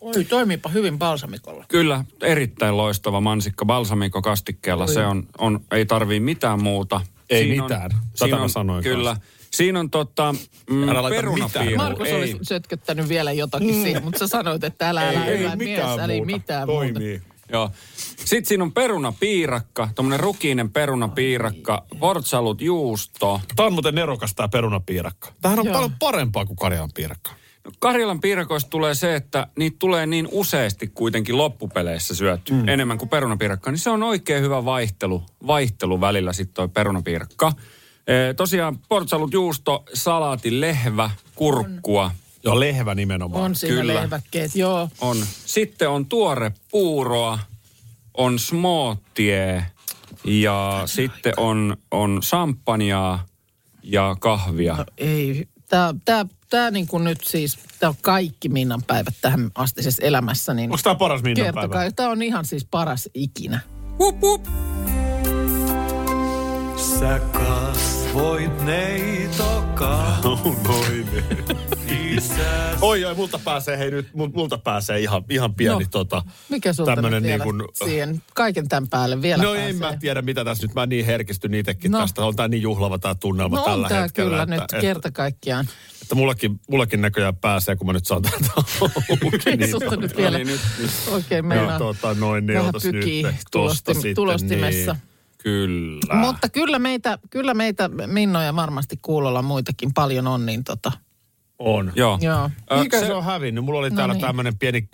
S3: Oi, toimipa hyvin balsamikolla.
S9: Kyllä, erittäin loistava mansikka balsamikko kastikkeella, se on, on, ei tarvii mitään muuta.
S2: Ei
S9: Siinä
S2: mitään.
S9: on,
S2: Tätä
S9: siinä
S2: mä
S9: on,
S2: sanoin
S9: Kyllä,
S2: kanssa.
S9: siinä on tota, mm,
S2: Älä laita mitään.
S9: perunapiiru.
S3: Markus
S9: ei.
S3: olisi sötköttänyt vielä jotakin siihen, mutta sä sanoit, että älä, älä,
S2: Mm. Ei,
S3: hyvä
S2: ei
S3: mies,
S2: mitään
S3: älä ei
S2: muuta.
S3: mitään muuta.
S2: Toimii.
S9: Joo. Sitten siinä on perunapiirakka, tuommoinen rukiinen perunapiirakka, portsalut juusto.
S2: Tämä on muuten nerokas tämä perunapiirakka. Tämähän on
S3: Joo.
S2: paljon parempaa kuin karjan piirakka.
S9: No, Karjalan piirakoista tulee se, että niitä tulee niin useasti kuitenkin loppupeleissä syöty mm. enemmän kuin perunapiirakka, niin se on oikein hyvä vaihtelu, vaihtelu välillä sitten toi perunapiirakka. Ee, tosiaan portsalut juusto, salaati, lehvä, kurkkua
S2: Joo, lehvä nimenomaan.
S3: On siinä
S9: Kyllä.
S3: Kyllä. lehväkkeet, joo.
S9: on. Sitten on tuore puuroa, on smoothie ja sitten on, on samppanjaa ja kahvia.
S2: No,
S3: Ei, tää, tää, tää niin kuin nyt siis, tää on kaikki Minnan päivät tähän astisessa elämässä, niin
S2: Onko tämä paras Minnan päivä?
S3: kertokaa, tää on ihan siis paras ikinä.
S9: Wup, wup.
S4: Sä kasvoit neitokaa.
S2: [LAUGHS]
S3: No,
S2: Noin.
S3: niin.
S4: Isä
S2: Oi, oi, multa pääsee, hei nyt, mul- multa pääsee ihan, ihan pieni
S3: No,
S2: tota,
S3: Mikä sulta
S2: tämmönen
S3: nyt vielä
S2: niin kuin,
S3: siihen, kaiken tämän päälle vielä
S2: No
S3: pääsee?
S2: en mä tiedä, mitä tässä nyt, mä niin herkistyn itsekin no.
S3: No.
S2: tästä, on tää niin juhlava tää tunnelma
S3: No on
S2: tällä
S3: tää
S2: hetkellä.
S3: kyllä
S2: että,
S3: nyt
S2: että, Niin,
S3: kerta
S2: [LAUGHS]
S3: kaikkiaan.
S2: Että mullakin, mullakin näköjään pääsee, kun mä nyt saan täältä auki. niin-
S3: Ei sulta nyt vielä
S9: Eli No niin, nyt,
S3: oikein
S2: No Joo,
S3: meinaa
S2: tota, noin, niin
S3: vähän
S2: otas nyt
S3: pykii
S2: tosta
S3: tulosti,
S2: sitten.
S3: tulostimessa.
S2: Niin.
S9: kyllä.
S3: Mutta kyllä meitä, kyllä meitä Minnoja varmasti kuulolla muitakin paljon on, niin tota,
S2: On.
S9: Joo.
S3: joo.
S9: Ö,
S2: Mikä se,
S9: se-
S2: on hävinnyt? Mulla oli täällä
S3: niin.
S2: tämmöinen pieni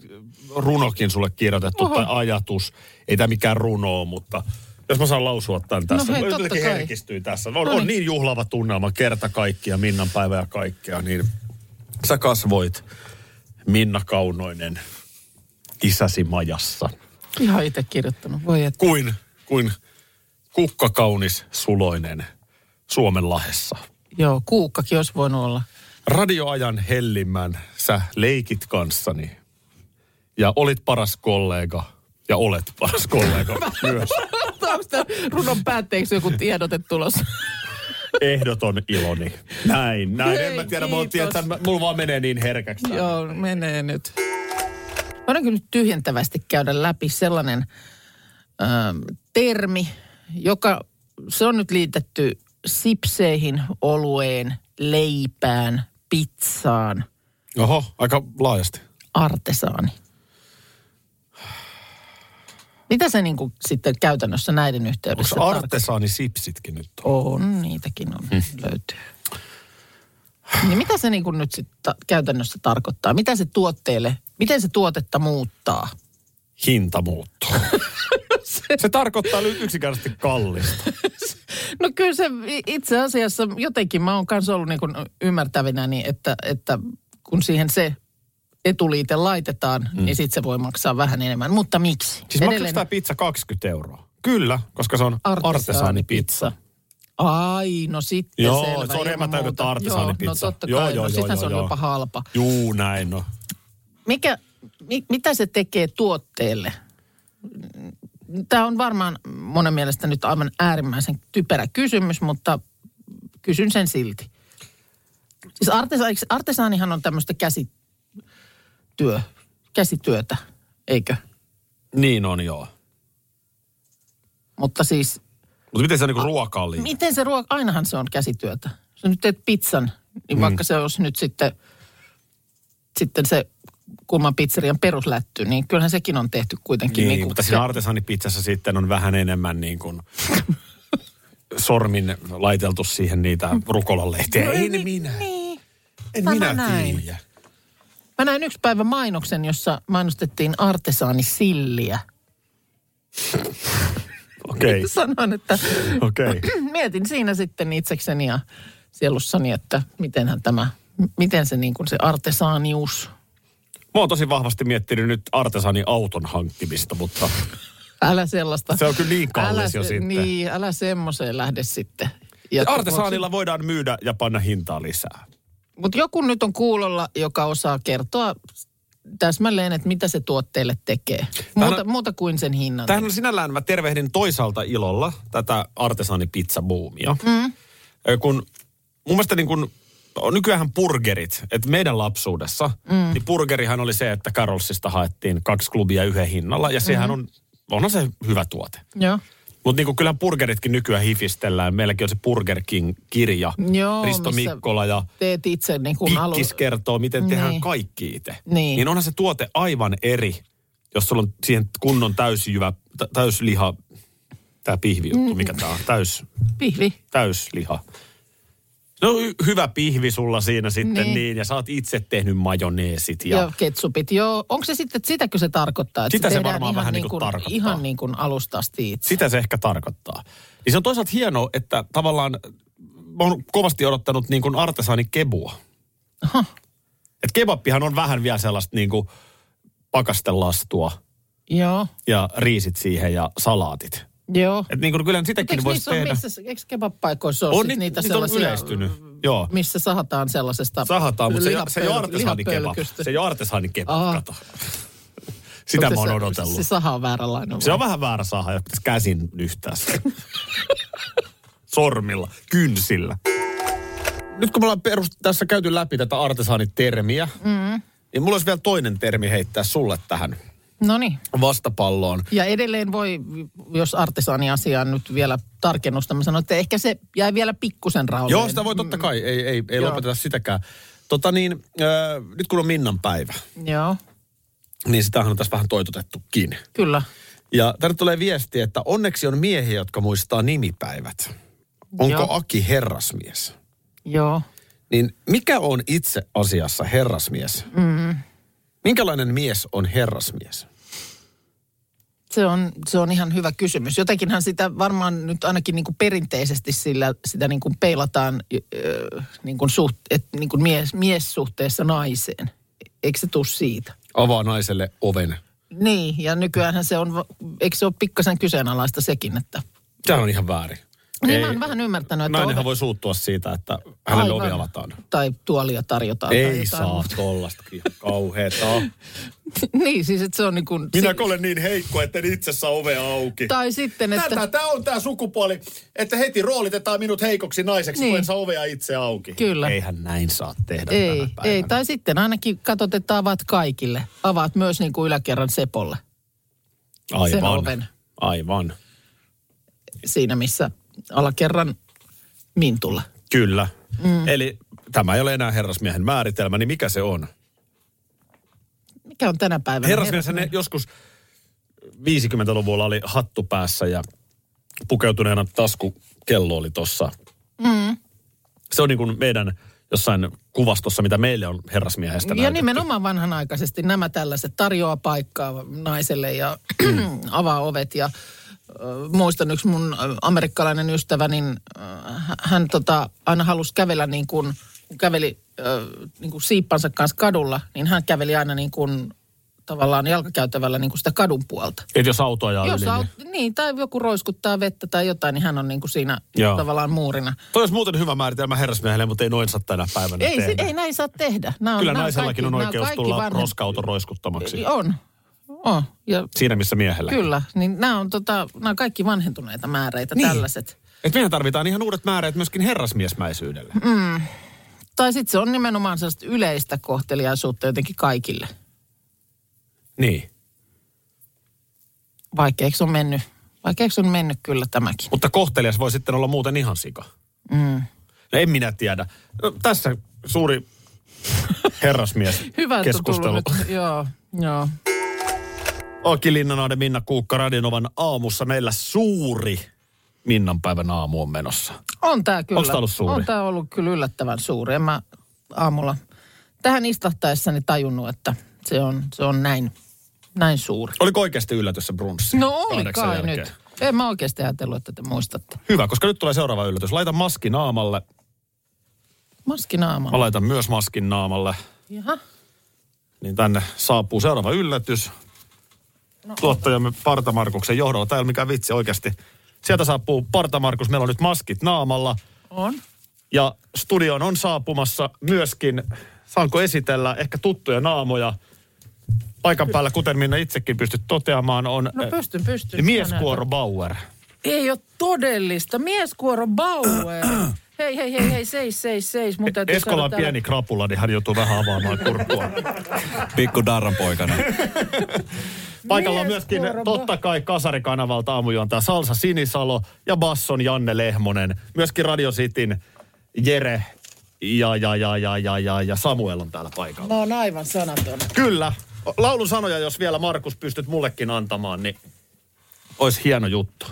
S2: runokin sulle kirjoitettu tai ajatus. Ei tämä mikään runo ole, mutta jos mä saan lausua tämän tässä.
S3: No hei,
S2: Mä
S3: totta
S2: jotenkin
S3: kai. No
S2: herkistyin tässä. On, on
S3: Noniin.
S2: niin juhlava tunnelma kerta kaikkia, Minnan päivä ja kaikkea. Niin sä kasvoit, Minna Kaunoinen, isäsi majassa.
S3: Ihan itse kirjoittanut, voi et.
S2: Kuin, kuin kukkakaunis suloinen Suomenlahdessa.
S3: Joo, kuukkakin olisi voinut olla.
S2: radioajan hellimmän sä leikit kanssani. Ja olit paras kollega. Ja olet paras
S3: [LAUGHS]
S2: kollega myös.
S3: Onko tämä runon päätteeksi joku tiedote tulossa?
S2: Ehdoton iloni. Näin, näin. en
S3: Hei,
S2: mä tiedä, mä oon
S3: kiitos.
S2: tietää, mä- mulla vaan menee niin herkäksi. tää.
S3: Joo, menee nyt. Voidaanko nyt tyhjentävästi käydä läpi sellainen ö, termi, joka, se on nyt liitetty sipseihin, olueen, leipään, pizzaan,
S2: Oho, aika laajasti.
S3: artesaani. Mitä se niin kuin sitten käytännössä näiden yhteydessä
S2: Onko
S3: tarkoittaa?
S2: artesaani sipsitkin nyt?
S3: On, Mm, niitäkin
S2: Hmm.
S3: on, löytyy. Niin mitä se niin nyt sit ta- käytännössä tarkoittaa? Mitä se tuotteelle, miten se tuotetta muuttaa?
S2: Hinta
S3: [LAUGHS]
S2: muuttuu. Se tarkoittaa nyt yksinkertaisesti kallista.
S3: No kyllä se i- itse asiassa niinku jotenkin mä oon kanssa ollut niin ymmärtävinä, niin että, että kun siihen se etuliite laitetaan, mm. niin sitten se voi maksaa vähän enemmän. Mutta miksi?
S2: Hmm. Siis maksaako tämä pizza 20 euroa? Kyllä, koska se on artesaanipizza.
S3: Ai, no sitten
S2: Joo,
S3: selvä.
S2: se on
S3: ilman
S2: emätäydet
S3: muuta.
S2: artesaanipizza.
S3: Joo, no totta
S2: Joo,
S3: kai.
S2: joo, joo,
S3: no, sittenhän se
S2: joo,
S3: on
S2: joo.
S3: jopa halpa.
S2: Juu, näin no.
S3: Mikä, mi, mitä se tekee tuotteelle? Tämä on varmaan monen mielestä nyt aivan äärimmäisen typerä kysymys, mutta kysyn sen silti. Siis artesa, eikö- artesaanihan on tämmöistä käsityö, käsityötä, eikö?
S2: Niin on, joo.
S3: Mutta siis,
S2: Mutta miten se niinku ruokaan liittyy?
S3: miten se ruoka, ainahan se on käsityötä. Jos nyt teet pizzan,
S2: Mm.
S3: niin vaikka se olisi nyt sitten, sitten se kulman pizzerian peruslätty, niin kyllähän sekin on tehty kuitenkin.
S2: Niin,
S3: kuin-
S2: niin, mutta siinä artesaanipizzassa sitten on vähän enemmän niin [LAUGHS] kuin sormin laiteltu siihen niitä rukolanlehtiä. No, en minä,
S3: Niin.
S2: en
S3: tämä
S2: minä
S3: näin.
S2: tiedä.
S3: Mä näin yksi päivä mainoksen, jossa mainostettiin artesaanissilliä.
S2: Okei,
S3: Sanoin, että [CLEARS THROAT]
S2: okei.
S3: mietin siinä sitten itsekseni ja sielussani, että mitenhän tämä, miten se niin kuin se artesaanius,
S2: Mä oon tosi vahvasti miettinyt nyt artesani auton hankkimista, mutta
S3: älä sellaista.
S2: se on kyllä niin
S3: älä,
S2: kallis jo
S3: se-
S2: sitten.
S3: Niin, älä semmoiseen lähde sitten.
S2: Ja Artesaanilla voidaan myydä ja panna hintaa lisää.
S3: Mutta joku nyt on kuulolla, joka osaa kertoa täsmälleen, että mitä se tuotteelle tekee. Muuta, muuta kuin sen hinnan.
S2: Tähän on sinällään, mä tervehdin toisaalta ilolla tätä artesaanipizzabuumia. Mm. Kun mun mielestä niin kun, nykyään burgerit, että meidän lapsuudessa, mm. niin burgerihan oli se, että Carolsista haettiin kaksi klubia yhden hinnalla ja sehän on, onhan se hyvä tuote.
S3: Joo.
S2: Mutta niin kyllähän burgeritkin nykyään hifistellään. Meilläkin on se Burger King-kirja,
S3: Joo,
S2: Risto
S3: missä
S2: Mikkola ja
S3: Teet itse niin kuin haluat.
S2: Pikkis kertoo, miten tehdään
S3: Niin.
S2: kaikki itse.
S3: Niin.
S2: niin onhan se tuote aivan eri, jos sulla on siihen kunnon täysjyvä, tä- täysliha, tämä pihvijuttu, mikä tämä on, täys,
S3: Pihvi.
S2: täysliha. No hy- hyvä pihvi sulla siinä sitten
S3: Niin.
S2: niin, ja sä oot itse tehnyt majoneesit ja,
S3: Ja,
S2: ja
S3: ketsupit, joo. Onko se sitten, että sitäkö se tarkoittaa? Että
S2: Sitä se
S3: tehdään
S2: varmaan
S3: ihan
S2: vähän
S3: niin
S2: niinku
S3: kuin,
S2: tarkoittaa.
S3: Ihan niin kuin alusta asti itse.
S2: Sitä se ehkä tarkoittaa. Niin se on toisaalta hienoa, että tavallaan mä oon kovasti odottanut niin kuin artesaani kebua. Et kebappihan on vähän vielä sellaista niin kuin pakastelastua
S3: Joo,
S2: ja riisit siihen ja salaatit.
S3: joo.
S2: Et niin kuin kyllä sitäkin
S3: Eikö
S2: voisi
S3: niissä on,
S2: tehdä.
S3: missä, eikö kebab-paikoissa ole
S2: On
S3: sit
S2: niit-
S3: niitä
S2: niitä on
S3: sellaisia,
S2: yleistynyt, joo.
S3: missä sahataan sellaisesta
S2: Sahataan, mutta se, se ei ole
S3: lihapöl-
S2: artesaani kebab.
S3: lihapölkystä?
S2: Se ei ole artesaani
S3: Aha.
S2: kebab, kato. Sitä
S3: Onko
S2: mä oon
S3: se- siis-
S2: odotellut.
S3: Se saha on vääränlainen.
S2: Se on vähän väärä saha, jos pitäisi käsin nyhtää se.
S3: [LAUGHS]
S2: Sormilla, kynsillä. Nyt kun me ollaan perust- tässä käyty läpi tätä artesaanitermiä, mm. niin mulla olisi vielä toinen termi heittää sulle tähän
S3: No niin.
S2: vastapalloon.
S3: Ja edelleen voi, jos artesaani asiaan nyt vielä tarkennusta, mä sanoin, että ehkä se jäi vielä pikkusen rauhaan.
S2: Joo, sitä voi totta kai, ei, ei, ei
S3: Mm. Joo.
S2: lopeteta sitäkään. Tota niin, äh, nyt kun on Minnan päivä,
S3: Joo,
S2: niin sitähän on tässä vähän toitotettukin.
S3: kyllä.
S2: Ja tänne tulee viesti, että onneksi on miehiä, jotka muistaa nimipäivät. Onko
S3: Joo.
S2: Aki herrasmies?
S3: Joo.
S2: Niin mikä on itse asiassa herrasmies? Mm. Minkälainen mies on herrasmies?
S3: Se on, se on ihan hyvä kysymys. Jotenkinhan sitä varmaan nyt ainakin niin kuin perinteisesti sillä, sitä niin kuin peilataan öö, niin kuin suht, et niin kuin mies, mies suhteessa naiseen. Eikö se tuu siitä?
S2: Avaa naiselle oven.
S3: Niin, ja nykyäänhän se on, va- eikö se ole pikkasen kyseenalaista sekin, että...
S2: Sehän on ihan väärin.
S3: Niin
S2: Ei.
S3: mä oon vähän ymmärtänyt, että...
S2: Nainenhan
S3: ove-
S2: voi suuttua siitä, että hänelle
S3: Aivan.
S2: ovi avataan.
S3: Tai tuolia tarjotaan. tai
S2: Ei
S3: jotain
S2: saa
S3: muuta.
S2: tollasta kauheeta.
S3: [LAUGHS] Niin, siis että se on niin kuin...
S2: Minä olen niin heikko, että en itse saa ovea auki.
S3: Tai sitten, että...
S2: Tätä tämä on tämä sukupuoli, että heti roolitetaan minut heikoksi naiseksi,
S3: Niin.
S2: kun en saa ovea itse auki.
S3: Kyllä.
S2: Eihän näin saa tehdä
S3: Ei,
S2: tänä päivänä.
S3: ei. Tai sitten ainakin katsot, että avaat kaikille. Avaat myös niin kuin yläkerran Sepolle.
S2: Aivan.
S3: sen oven.
S2: Aivan.
S3: Siinä, missä alakerran Mintulla.
S2: Kyllä. Mm. Eli tämä ei ole enää herrasmiehen määritelmä, niin mikä se on?
S3: Mikä on tänä päivänä?
S2: Herrasmies ne
S3: niin.
S2: joskus 50-luvulla oli hattu päässä ja pukeutuneena taskukello oli tossa. Mm. Se on niin kuin meidän jossain kuvastossa, mitä meille on herrasmiehestä
S3: Ja
S2: näytetty.
S3: nimenomaan vanhanaikaisesti nämä tällaiset tarjoaa paikkaa naiselle ja [CLEARS THROAT] avaa ovet ja ö, muistan yksi mun ö, amerikkalainen ystävä, niin ö, hä- hän tota, aina halusi kävellä niin kuin, kun käveli ö, niin kuin siippansa kanssa kadulla, niin hän käveli aina niin kuin, tavallaan jalkakäytävällä niin kuin sitä kadun puolta.
S2: Et jos auto ajaa
S3: Jos
S2: yli,
S3: aut,
S2: niin.
S3: niin, tai joku roiskuttaa vettä tai jotain, niin hän on niin kuin siinä
S2: Joo.
S3: tavallaan muurina.
S2: Toi olisi muuten hyvä määritelmä herrasmiehelle, mutta ei noin saa tänä päivänä
S3: Ei, se,
S2: tehdä.
S3: ei näin saa tehdä. Nämä on,
S2: Kyllä
S3: nämä on
S2: naisellakin
S3: kaikki,
S2: on
S3: nämä
S2: oikeus
S3: kaikki
S2: tulla
S3: vanhem-
S2: roskauton roiskuttamaksi.
S3: On, on. Ja
S2: Siinä missä miehellä.
S3: Kyllä, niin nämä on, tota, nämä on kaikki vanhentuneita määreitä niin. tällaiset.
S2: Et mehän tarvitaan ihan uudet määreet myöskin herrasmiesmäisyydelle. Mm.
S3: Tai sitten se on nimenomaan sellaista yleistä kohteliaisuutta jotenkin kaikille,
S2: Niin.
S3: vaikeaksi on mennyt. Vaikeaksi on mennyt kyllä tämäkin.
S2: Mutta kohtelias voi sitten olla muuten ihan sika. Mm. No en minä tiedä. No, tässä suuri herrasmies
S3: [LAUGHS] Hyvä, että on
S2: keskustelu.
S3: tullut nyt. Joo, joo.
S2: Aki Linnanainen, Minna Kuukka, Radinovan aamussa. Meillä suuri Minnan päivän aamu on menossa.
S3: On tämä kyllä.
S2: Onks tää ollut suuri?
S3: On tämä ollut kyllä yllättävän suuri. En mä aamulla tähän istahtaessani tajunnut, että se on, se on näin, näin suuri.
S2: Oliko oikeasti yllätys se brunssi?
S3: No oli
S2: Kahdeksan
S3: kai
S2: jälkeen.
S3: nyt. En mä oikeasti ajatellut, että te muistatte.
S2: Hyvä, koska nyt tulee seuraava yllätys. Laita maski naamalle.
S3: Maski naamalla.
S2: Mä laitan myös maskin naamalle.
S3: Jaha.
S2: Niin tänne saapuu seuraava yllätys. No. Tuottajamme Parta Markuksen johdolla. Tämä ei ole mikään vitsi oikeasti. Sieltä saapuu Parta Markus. Meillä on nyt maskit naamalla.
S3: On.
S2: Ja studioon on saapumassa myöskin, saanko esitellä, ehkä tuttuja naamoja. Paikan päällä, kuten minä itsekin pystyt toteamaan, on
S3: No
S2: eh,
S3: pystyn, pystyn.
S2: mieskuoro Bauer.
S3: Ei ole todellista. Mieskuoro
S2: [CLEARS THROAT]
S3: Bauer. hei, hei, hei, hei, seis, seis, seis. Mun täytyy
S2: E- Eskola on
S3: saada täällä-
S2: pieni krapula, niin hän joutuu vähän avaamaan kurkkua.
S10: [LAUGHS] Pikku darran poikana.
S2: [LAUGHS] Paikalla on myöskin
S3: Mieskuoro Bauer.
S2: totta kai Kasarikanavalta aamujuontaa Salsa Sinisalo ja Basson Janne Lehmonen. Myöskin Radio Cityn Jere ja, ja, ja, ja, ja, ja, ja Samuel on täällä paikalla.
S3: Mä oon aivan sanaton.
S2: Kyllä. Laulun sanoja, jos vielä Markus pystyt mullekin antamaan, niin olisi hieno juttu.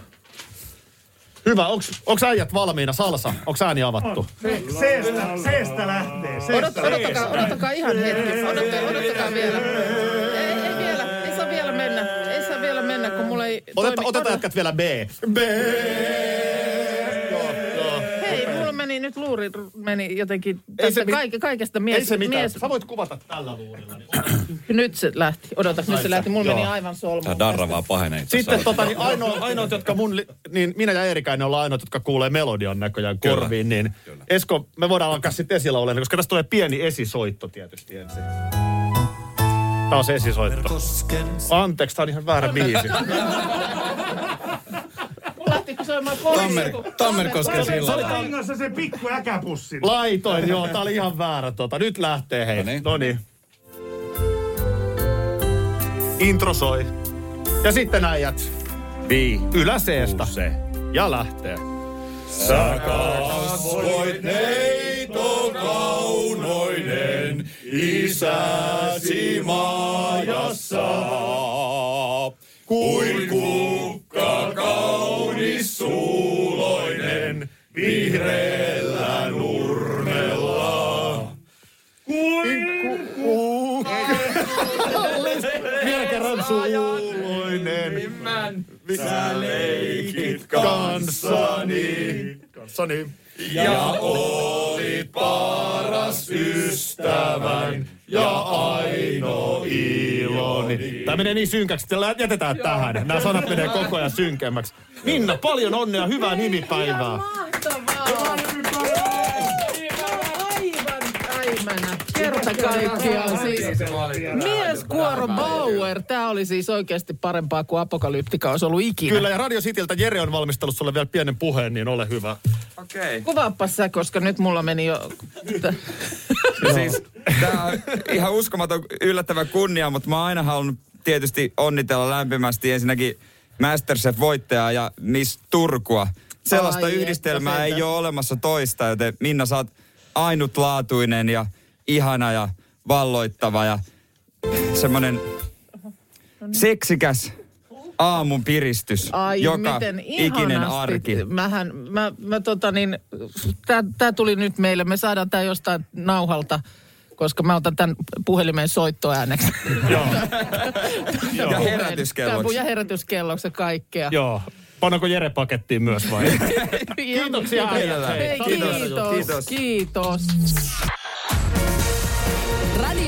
S2: Hyvä, onks, onks äijät valmiina? Salsa, onks ääni avattu?
S3: Odot, odottakaa, odottakaa ihan hetki. Odottakaa, odottakaa vielä. Ei, ei vielä, ei saa vielä mennä. Ei saa vielä mennä, kun mulla ei
S2: Oteta,
S3: toimi.
S2: otetaan
S3: Odot-
S2: jätkät vielä B. B. Joo, joo.
S3: Hei, mulla meni nyt luuri, r- meni jotenkin
S2: se
S3: tästä
S2: mit-
S3: kaike, kaikesta mies.
S2: Ei se mitään.
S3: mies.
S2: Sä voit kuvata tällä luurilla. Niin
S3: Nyt se lähti, odota, nyt se lähti. Mulla
S2: Joo.
S3: meni aivan solmuun.
S10: Tämä darra vaan pahenee.
S2: Sitten tota, niin ainoa, ainoat, jotka mun, li- niin minä ja Eerikainen ollaan ainoat, jotka kuulee melodian näköjään
S10: Kyllä.
S2: korviin, niin Esko, me voidaan alkaa sitten esillä olemaan, koska tästä tulee pieni esisoitto tietysti ensin. Tää on se esisoitto.
S4: Kosken
S2: Anteeksi, tää on ihan väärä biisi.
S3: Mulla lähti soimaan poliisi.
S10: Tammer,
S3: kun-
S10: Tammerkosken
S2: Se oli
S10: sillä.
S2: tää-
S4: Tangossa se pikku äkäpussi.
S2: Laitoin, joo, tää oli ihan väärä tota. Nyt lähtee hei. No niin.
S10: Noniin.
S2: Noniin. Intro soi. Ja sitten äijät.
S10: Vii.
S2: Yläseestä.
S10: Se.
S2: Ja lähtee. Vielä kerran suuloinen. Sä leikit kanssani. Kanssani. Ja olit paras ystävän ja ainoa iloni. Tämä menee niin synkäksi, että lä- jätetään tähän. Nämä sanat menee koko ajan synkemmäksi. Minna, paljon onnea, hyvää nimipäivää.
S3: Mahtavaa! Aivan äimänä. Kerta kaikkiaan siis. Mieskuoro Bauer. Tämä oli siis oikeasti parempaa kuin apokalyptika olisi ollut ikinä.
S2: Kyllä, ja Radio Cityltä Jere on valmistellut sulle vielä pienen puheen, niin ole hyvä.
S10: Okei.
S3: Kuvaappa sä, koska nyt mulla meni jo...
S10: Okay. Siis, tämä on ihan uskomaton yllättävä kunnia, mutta mä oon aina halunnut tietysti onnitella lämpimästi ensinnäkin Masterchef-voittajaa ja Miss Turkua. Sellaista
S3: Ai
S10: Ai
S3: että
S10: yhdistelmää ei
S3: sentään.
S10: ole olemassa toista, joten Minna, sä oot ainutlaatuinen ja ihana ja valloittava ja semmonen
S3: No
S10: seksikäs aamun piristys
S3: niin. Ai,
S10: joka
S3: miten ihanasti.
S10: ikinen arki.
S3: Mähän, mä, mä tota niin, tää, tää tuli nyt meille. Me saadaan tää jostain nauhalta, koska mä otan tämän puhelimen soittoääneksi.
S2: Joo,
S10: Ja herätyskelloksi.
S3: Ja herätyskelloksi ja kaikkea. [LAUGHS]
S2: joo. Panoko Jere pakettiin myös vai?
S3: Kiitoksia
S2: äijät.
S3: Hei,
S2: Hei,
S3: kiitos,
S10: kiitos.
S3: kiitos. kiitos.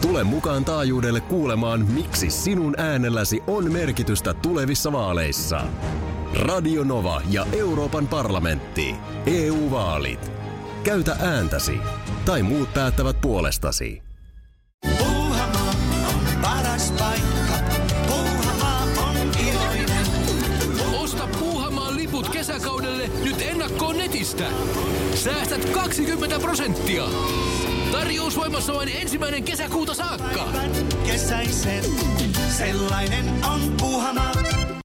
S5: Tule mukaan taajuudelle kuulemaan, miksi sinun äänelläsi on merkitystä tulevissa vaaleissa. Radio Nova ja Euroopan parlamentti. EU-vaalit. Käytä ääntäsi. Tai muut päättävät puolestasi.
S7: Puuhamaa on paras paikka. Puuhamaa on iloinen.
S6: Osta Puuhamaan liput kesäkaudelle nyt ennakkoon netistä. Säästät 20 prosenttia. Tarjous voimassa vain ensimmäinen kesäkuuta saakka.
S7: Kesäisen, sellainen on Puuhamaa.